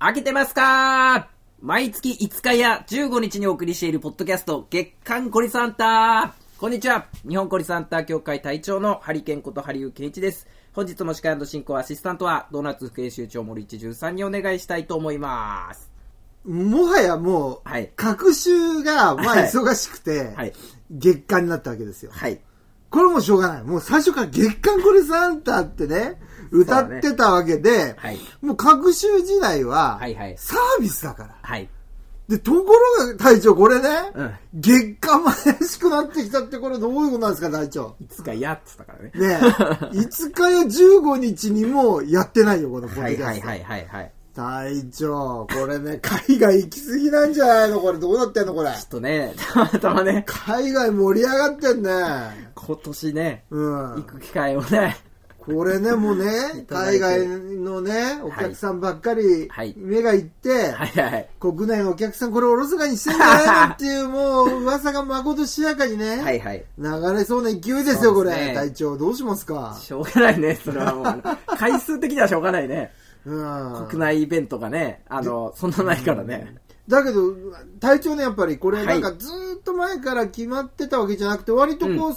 飽きてますか毎月5日や15日にお送りしているポッドキャスト、月刊コリサンタこんにちは日本コリサンタ協会隊長のハリケンことハリウケンイチです。本日も司会進行アシスタントは、ドーナツ副編集長森一十三にお願いしたいと思います。もはやもう、はい各週が、まあ、はい忙しくて、はい月間になったわけですよ。はい。これもしょうがない。もう最初から月間これサンタってね、歌ってたわけで、はいもう各週時代ははいはい、サービスだから。はい。で、ところが、隊長、これね、うん月間も怪しくなってきたって、これどういうことなんですか、隊長。 5日やっつったからね。ねえ、5 日や15日にもやってないよ、このポッ はドいキャはいストはいはいはい。隊長、これね、海外行き過ぎなんじゃないのこれ、どうなってんのこれ。ちょっとね、たまたまね、海外盛り上がってんね。今年ね、う行ん。く機会をね、これね、もうね、ただ い海て外のね、お客さんばっかりはい、目が行って、はいはい。国内のお客さんこれおろそかにしてんじゃないのっていう、もう噂がまことしやかにね、はいはい。流れそうな勢いですよ、こそうですれ。ね隊長、どうしますかしょうがないね、それはもうあの。 回数的にはしょうがないね。うん。国内イベントがね、あの、そんなないからね。だけど、隊長ね、やっぱりこれ、はいなんかずーっと前から決まってたわけじゃなくて、割とこう、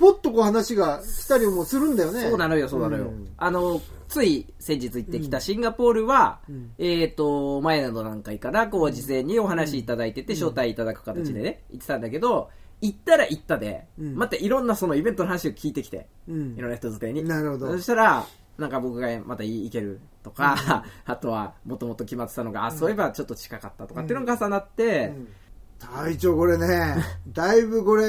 ぽっとこう話が来たりもするんだよね。そうなのよ、そうなのよ。んあの、つい先日行ってきたシンガポールは、んえっ、と、前など何回から、こう、事前にお話いただいてて、招待いただく形でね、行ってたんだけど、行ったら行ったで、うんまたいろんなそのイベントの話を聞いてきて、うんいろんな人づてに。なるほどそしたら、なんか僕がまたい行けるとか、 あとは、もともと決まってたのが、あ、そういえばちょっと近かったとかっていうのが重なって、隊長こ れね、だいぶこれ、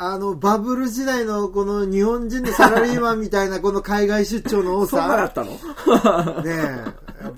あの、バブル時代のこの日本人のサラリーマンみたいなこの海外出張の多そんなださっ、たの ねえ、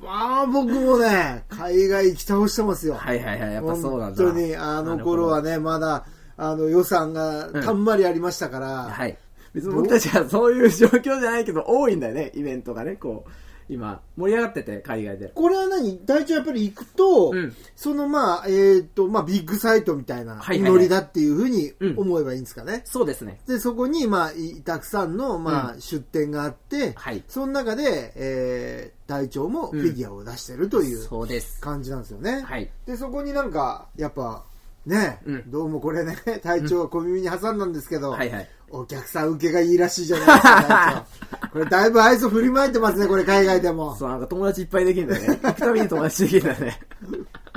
あー僕もね、海外行き倒してますよ。はいはいはい、やっぱそうなんだ。本当に、あの頃はね、まだ、あの予算がたんまりありましたから、はい。別に僕たちはそういう状況じゃないけど、多いんだよね、イベントがね、こう。今、盛り上がってて、海外で。これは何隊長やっぱり行くと、うんそのまあ、えっ、と、まあ、ビッグサイトみたいなはいはいはいノリだっていうふうにうん思えばいいんですかね。そうですね。で、そこに、まあ、いたくさんの、まあ、出店があって、はいその中で、えー、隊長もフィギュアを出してるというそうです。感じなんですよね。はい。で、そこになんか、やっぱ、ね、うんどうもこれね、 隊長は小耳に挟んだんですけど、はいはい。お客さん受けがいいらしいじゃないですか、隊長これだいぶ愛想振りまいてますね、これ海外でも。そう、なんか友達いっぱいできるんだよね。行くたびに友達できるんだよね。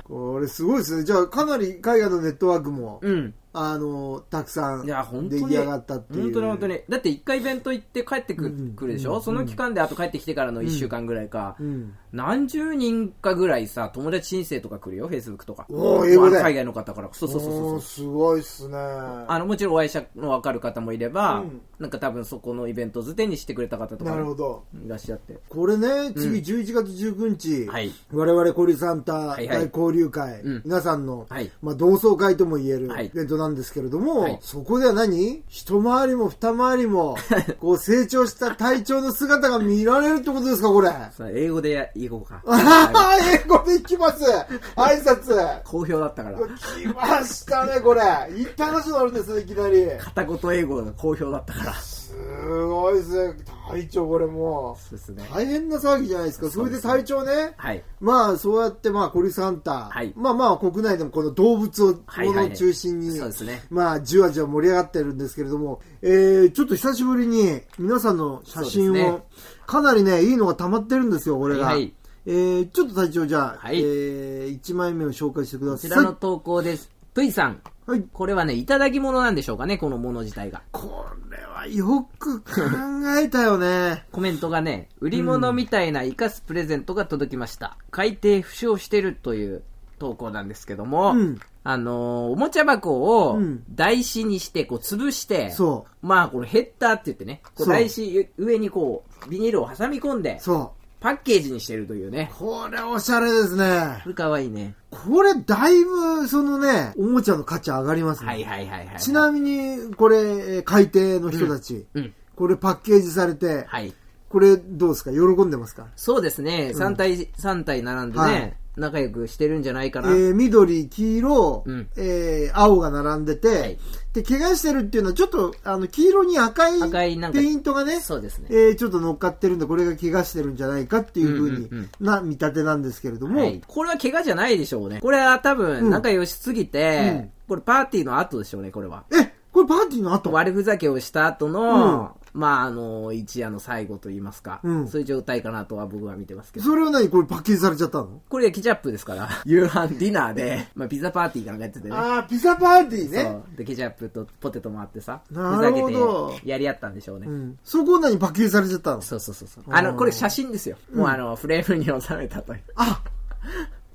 これすごいですね。じゃあかなり海外のネットワークも、うん。あの、たくさんい出や、本当に。来上がったっていう。本当に本当に。だって一回イベント行って帰ってく,、くるでしょ、その期間であと帰ってきてからの一週間ぐらいか、うん。何十人かぐらいさ、友達申請とか来るよ、Facebook とか。おー英語で海外の方から。そうそうそうそうおー。すごいっすね。あのもちろんお会い者の分かる方もいれば、うんなんか多分そこのイベントづてにしてくれた方とかなるほいど。らっしゃってこれね、次11月19日、はい我々コリサンタい大はい交流会、うん皆さんの、はいまあ、同窓会ともいえるはいイベントなんですけれども、はいそこでは何一回りも二回 りも、こう成長した隊長の姿が見られるってことですか、これ。あさあ英語でやいこうか あ、 英語で行きます挨拶好評だったから来ましたね、これ。インターナショナルですね、いきなり。片言英語が好評だったからそすごいですね、隊長、これもうですねう。大変な騒ぎじゃないですか。それで隊長ね、はいまあ、そうやって、まあ、コリサンタ、はいまあまあ、国内でもこの動物を、はいはいものを中心に、そうですねまあ、じわじわ盛り上がってるんですけれども、えー、ちょっと久しぶりに、皆さんの写真そうを、ですねかなりね、いいのが溜まってるんですよ、これが。はいはいえー、ちょっと隊長、じゃあ、はいえー、1枚目を紹介してくだこちさい。らの投稿ですプイさんはい。これはねいただき物なんでしょうかねこのもの自体がこれはよく考えたよ ね。コメントがね売り物みたいな生かすプレゼントが届きました、海底不死をしてるという投稿なんですけども、うんあのーおもちゃ箱をうん台紙にしてこう潰して、そまあ、このヘッダーって言ってね、こうそう台紙上にこう、ビニールを挟み込んでう。、そパッケージにしてるというねう。。これおしゃれですねこ。れかわいいね。これだいぶ、そのね、おもちゃの価値上がりますね。はいはいはいはい。ちなみに、これ、えー海底の人たち、うん。これパッケージされて、はい。これどうですか喜んでますかそうですね、3体、三体並んでね、はい仲良くしてるんじゃないかえな。ー緑、黄色、うんえー青が並んでて、いで、怪我してるっていうのは、ちょっと、あの、黄色に赤い赤いなんかペイントがね、そうですね。えーちょっと乗っかってるんで、これが怪我してるんじゃないかっていうふうにうんうんな見立てなんですけれども、はい、これは怪我じゃないでしょうね。これは多うん分、仲良しすぎて、うんこれパーティーの後でしょうね、これは。え、これパーティーの後悪ふざけをした後の、まあ、あの、一夜の最後と言いますか、うんそういう状態かなとは僕は見てますけど。それは何これパッケージされちゃったのこれケチャップですから、 夕飯ディナーで、まあ、ピザパーティーかなんかやっててね。ああ、ピザパーティーそね。う。で、ケチャップとポテトもあってさ、ふなざるけほどてやり合ったんでしょうね。うん。そこを何パッケージされちゃったのそうそうそうそう。あうの、んこれ写真ですよ。もうあの、フレームに収めたという。あ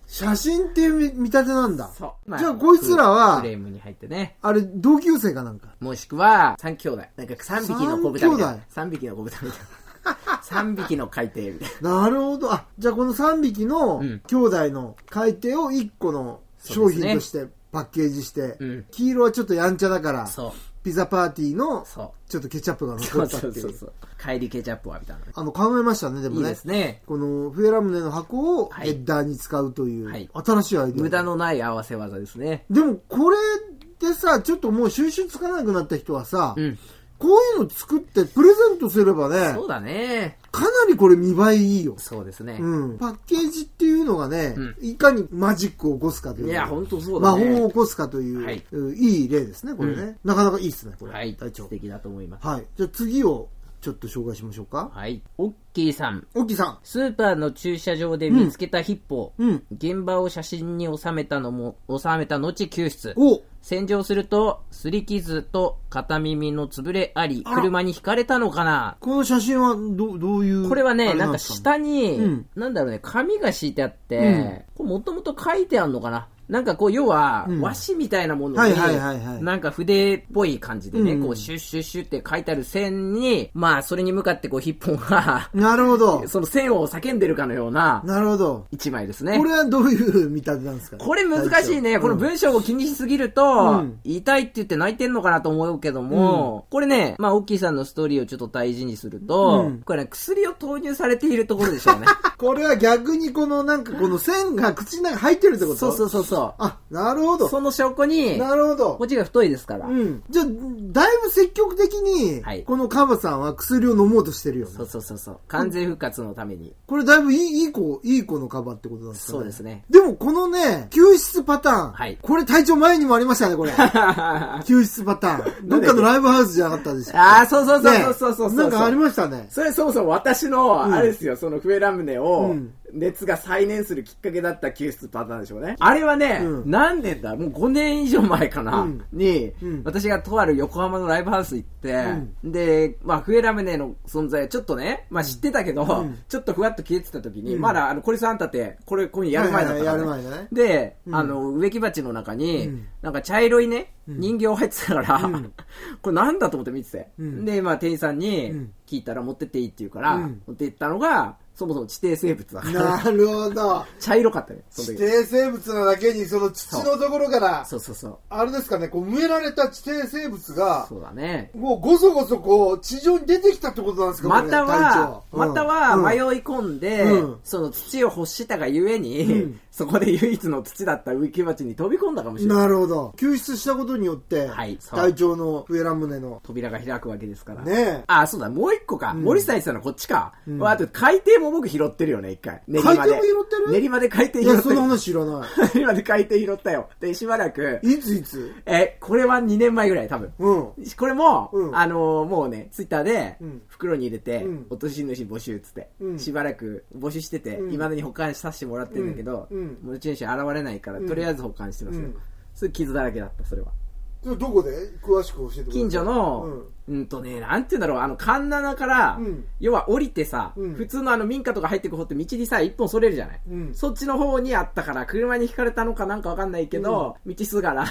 写真っていう見見立てなんだ。そう。じゃあこいつらはフレームに入ってね。あれ、同級生かなんか。もしくは、三兄弟。なんか三匹の子豚みたいな。三匹の子豚みたいな。三匹の海底みたいな。なるほど。あ、じゃあこの3匹のうん兄弟の買い手を1個の商品としてパッケージして、うん黄色はちょっとやんちゃだから、そう。ピザパーティーのそう。ちょっとケチャップがそ残うったってそそいうう。うそう。帰りケチャップはみたいな。あの、考えましたね、でもいいね。ですね。このフェラムネの箱をはいヘッダーに使うという、はい新しいアイデア。無駄のない合わせ技ですね。でもこれでさ、ちょっともう収集つかなくなった人はさ、うん。こういうの作ってプレゼントすればねそ、うだね。かなりこれ見栄えいいよ。そうですね。うん、パッケージっていうのがね、うんいかにマジックを起こすかという。いや、ほんとそう魔だ法をね。起こすかという、はいい、い例ですね、これね。なかなかいいですね、これ。はい。隊長素。敵だと思います。はい。じゃあ次をちょっと紹介しましょうか。はい。オッキーさん。オッキーさん。スーパーの駐車場で見つけたヒッポ。うん。現場を写真に収めたのも、収めた後救出。お洗浄すると、すり傷と片耳の潰れあり、あ車にひかれたのかなこの写真はどどういう。これはあね、れなんかです下に、うんなんだろうね、紙が敷いてあって、うんこれもともと書いてあるのかななんかこう、要は、うん和紙みたいなものに、はいはいはいはいなんか筆っぽい感じでね、うん、こう、シュッシュッシュッって書いてある線に、まあ、それに向かってこう、ヒッポンがなるほど。その線を叫んでるかのようななるほど。一枚ですね。これはどういう見立てなんですかこれ難しいね。大将このうん文章を気にしすぎると、うん痛いって言って泣いてんのかなと思うけども、これね、まあ、オッキーさんのストーリーをちょっと大事にすると、うんこれね、薬を投入されているところで しょうね。これは逆にこのなんかこの線が口の中に入ってるってこと。そうそううそうそあ、なるほう。ど。 その証拠に、なるほどこ。っちが太いですから。うん。じゃあ、だいぶ積極的にはい、このカバさんは薬を飲もうとしてるよね。そうそうそうそう。完全復活のために。これだいぶいいいい子、いい子のカバってことなんですかね。そうですね。でもこのね、救出パターン。はいこれ体調前にもありましたね、これ。救出パターン。どっかのライブハウスじゃなかったでしょ。ああ、そうそうそうそうそうそうそうねなんかありましたね。それそもそも私の、んあれですよ、そのフエラムネうをん、熱が再燃するきっかけだった救出パターンでしょうね。あれはね、うん何年だもう5年以上前かな、うんに、うん私がとある横浜のライブハウス行って、で、まあ、フエラムネの存在、ちょっとね、まあ知ってたけど、んちょっとふわっと消えてた時に、まだ、あの、コリさんたって、これ、これやる前だったから、はいはいはいやる前だねで、あの、植木鉢の中に、うんなんか茶色いね、人形入ってたから、 これなんだと思って見てて。うんで、まあ店員さんにうん聞いたら持ってっていいって言うから、うん持って行ったのが、そもそも地底生物だから、なるほど。茶色かったね、そ地の時。底生物なだけに、その土のところから、そうそうそう。あれですかね、こう埋められた地底生物が、そうだね。もうごそごそこう、地上に出てきたってことなんですかまたは、これまたはうん迷い込んで、うんその土を欲したがゆえに、うんそこで唯一の土だった植木鉢に飛び込んだかもしれない。なるほど。救出したことによって、はいそう隊長の上ラムネの、扉が開くわけですから。ねあ、そうだ、もう一個か。森下さんのこっちか。んあと、海底も僕拾ってるよね、一回。練馬で。海底も拾ってる練馬で海底 え。い拾や、ったそのよ。話知らない。練馬で海底拾ったよ。で、しばらく、いついつえ、これは2年前ぐらい、多分。うん。これも、うんあのーもうね、ツイッターでうん、袋に入れて、うん落とし主募集っつって、うんしばらく募集してて、うん未だに保管させてもらってるんだけど、うんうん持ち主現れないから、とりあえず保管してますよ。うんそれ傷だらけだった、それは。それどこで詳しく教えてください。近所の、うん、とね、なんて言うんだろう、あの、カンナナから、うん要は降りてさ、うん普通のあの民家とか入ってく方って道にさ、一本それるじゃない、うんそっちの方にあったから、車にひかれたのかなんかわかんないけど、道すがら、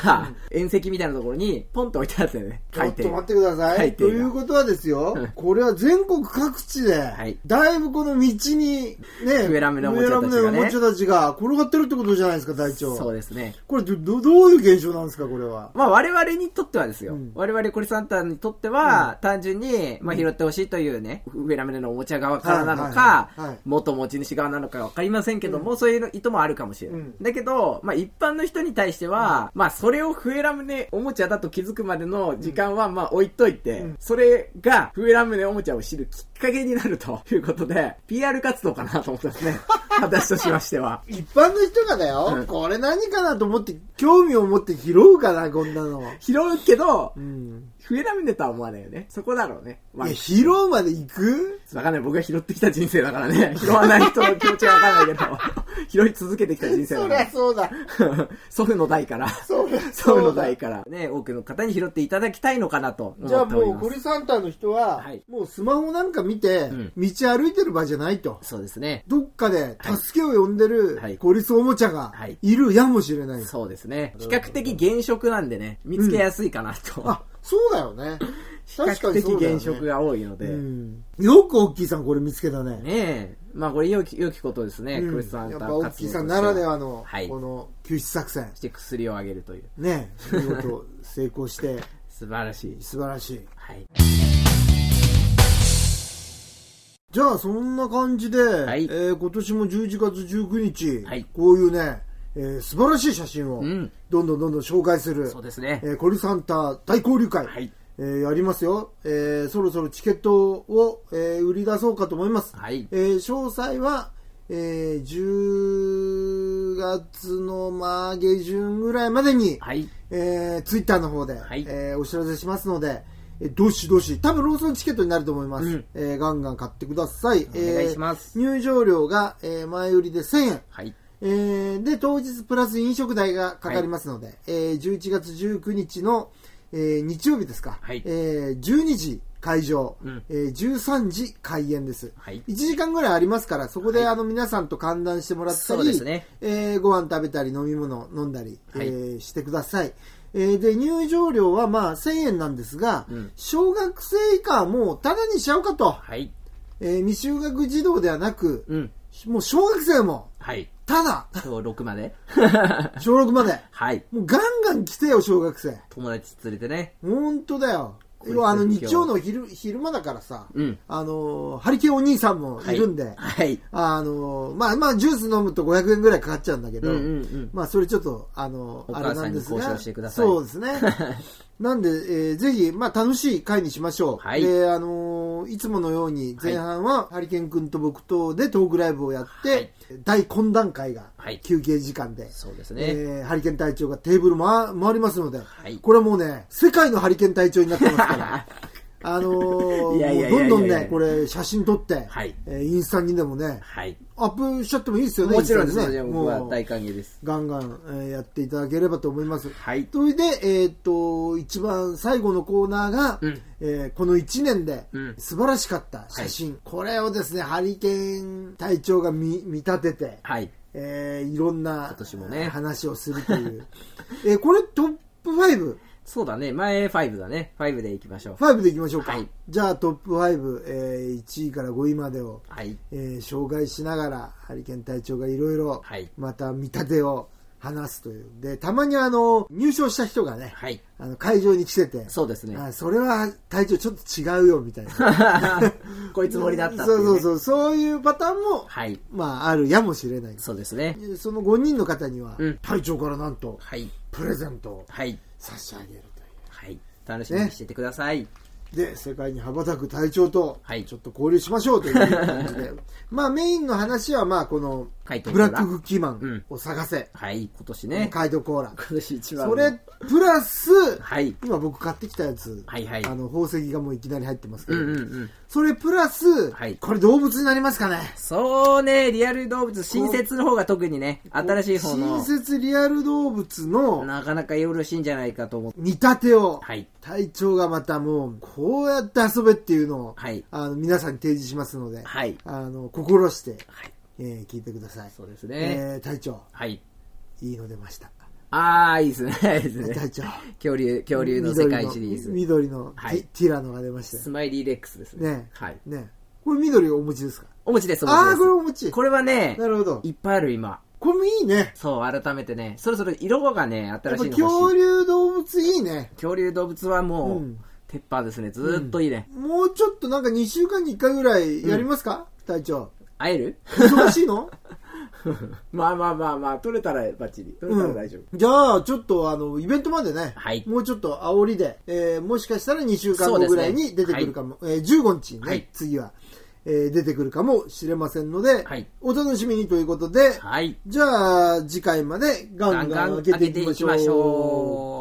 縁石みたいなところに、ポンと置いてあったよね、ちょっ海と底待っが。てくださ海い。底とがいうことはですようん、これは全国各地でい、だいぶこの道に、ね、上ラムのおもち上ゃラたちがムねのおもちゃたちが転がってるってことじゃないですか、隊長。そうですね。これど、どどういう現象なんですか、これは。まあ我々にとってはですよ。うん我々コリサンタにとってか、単純に、まあ、拾ってほしいというね、ウェラメラのおもちゃ側からなのかはいはいはいはい、元持ち主側なのかわかりませんけども、そういう意図もあるかもしれない。うんだけど、まあ、一般の人に対しては、まあ、それをフエラムネおもちゃだと気づくまでの時間は、まあ、置いといて、うんそれがフエラムネおもちゃを知るきっかけになるということで、PR 活動かなと思ったんです ね。私としましては。一般の人がだよ、うんこれ何かなと思って、興味を持って拾うかな、こんなの。拾うけどう、ん。フエラムネとは思わないよね。そこだろうね。まあいや、拾うまで行くわかんない。僕が拾ってきた人生だからね。 拾わない人の気持ちはわかんないけど、 拾い続けてきた人生そだりかゃそうだ。ら。 祖父の代から。そうだ。祖父のだ。代から。ね、多くの方に拾っていただきたいのかなと思じゃあってもおりう、まゴす。リサンタの人は、はいもうスマホなんか見て、ん道歩いてる場合じゃないと。そうですね。どっかで助けを呼んでるはい孤立おもちゃがはいいるやもしれない。そうですね。比較的現職なんでね、見つけやすいかなと。あ、そうだよね。比確か較に的そうだよ、ね。現職が多いので。うん。よくオッキーさんこれ見つけたね。ねえ。まあこれ良き、良きことですね。うんクリスさんやっとぱオッキーさんならではの、はいこの救出作戦し。て薬をあげるという。ね、 見事成功して、素晴らしい。素晴らしい。はい。じゃあそんな感じで、いえー今年も11月19日、はいこういうね、えー素晴らしい写真をうんどんどんどんどん紹介する、そうですねえ。ーコリサンタ大交流会、はいえーやりますよ、えーそろそろチケットを、えー売り出そうかと思います、はいえー詳細は、えー10月のまあ下旬ぐらいまでに、はい。えー、ツイッターの方で、はいえーお知らせしますので、えーどしどし、多分ローソンチケットになると思います。うんえーガンガン買ってください。お願いしますえー入場料が、えー前売りで1000円。はい。えーで、当日プラス飲食代がかかりますので、えー11月19日の、えー日曜日ですか、はいえー12時会場、うんえー13時開演です。はい1時間ぐらいありますから、そこで、はいあの皆さんと歓談してもらったそうでり、すねえーご飯食べたり飲み物飲んだり、はいえーしてください。えーで、入場料はまあ1000円なんですが、うん小学生以下はもうタダにしちゃおうかと、はい。えー未就学児童ではなく、うん。もう小学生もはい。タダ今日6まで。 小6まで。 はい。もうガンガン来てよ、小学生。友達連れてね。ほんとだよ。こいつ要はあの日曜の昼昼間だからさ、うんあのー、ハリケーンお兄さんもいるんで、はい。あのー、まあまあジュース飲むと500円ぐらいかかっちゃうんだけど、うんうんうんまあそれちょっと、あのー、おあ母れさなんんにです交が、渉してくださいそうで すね。なんで、えーぜひ、まあ楽しい会にしましょう。はいで、あのーいつものように前半はハリケーン君と僕とでトークライブをやって、はい大懇談会がはい休憩時間で、そうですえね。ーハリケーン隊長がテーブル回回りますので、はいこれはもうね、世界のハリケーン隊長になってます から、あのーいやいやいやもいうやどんどんね、これ写真撮って、はいえーインスタにでもね、はい。アップしちゃってもいいですよね、もちろんでインすスタにね。ね僕はもう大歓迎です。ガンガン、えーやっていただければと思います。はい。それで、えーっと、一番最後のコーナーが、うんえーこの1年でうん素晴らしかった写真、これをですね、ハリケーン隊長が見見立てて、はい。えーいろんな今年もね話をするという、 えーこれトップ 5, そうだね。前5だね。5で行きましょう。 5でいきましょうか、はいじゃあトップ5、えー、1位から5位までを、はい。えー紹介しながらハリケーン隊長がいろいろはいまた見立てを話すというでたまにあの入賞した人がね、はい。あの会場に来ててそうですね。あそれは隊長ちょっと違うよみたいな こいつもりだったっていそねううそうそうそういうパターンも、はい。まあ、あるやもしれないそうですね。その5人の方には、うん隊長からなんとはい。プレゼントをはい。差し上げるとはい。楽しみにしててください。いうで世界に羽ばたく隊長とはいちょっと交流しましょうという感じで、 まあメインの話はまあこのはいブラッククッキーマンを探せ、はい。今年ね。カイ ドコーラ今年一番の。それプラス、はい。今僕買ってきたやつ、はいはいあの宝石がもういきなり入ってますけうど、んうんうん。それプラス、はいこれ動物になりますかねそうね、リアル動物、新設の方が特にね、新しい方の新、設リアル動物のなかなかよろしいんじゃないかと思って。見立てを、はい。隊長がまたもうこうやって遊べっていうのを、はいあの皆さんに提示しますので、はい。あの心して、はい。えー聞いてください、そうですえね。ー隊長はい。いいの出ましたあー、いいですね。 いいですね隊。長恐竜、恐竜の世界シリーズ。緑の緑のティ,、はいティラノが出ましたスよマイリーレックスですね。ねはい。ねこれ緑お持ちですかお餅です、お餅あであす。ーこれお持ちこれはねな、るほどいっぱいある今。これもいいねそう、改めてね、そろそろ色がね、やっ新ぱしいの欲恐しい。竜動物いいね恐竜動物はもう、うん鉄板ですね。ずーっといいね。もうちょっとなんか2週間に1回ぐらいやりますか、隊長。会える忙しいの まあまあまあまあ、取れたらバッチリ。取れたら大丈夫。じゃあ、ちょっとあの、イベントまでね、はいもうちょっと煽りで、えーもしかしたら2週間後ぐらいに出てくるかも、えー15日にね、はい次は、えー出てくるかもしれませんので、はいお楽しみにということで、はい。じゃあ、次回までガンガン開けていきましガンガン開けていきましょう。ょう。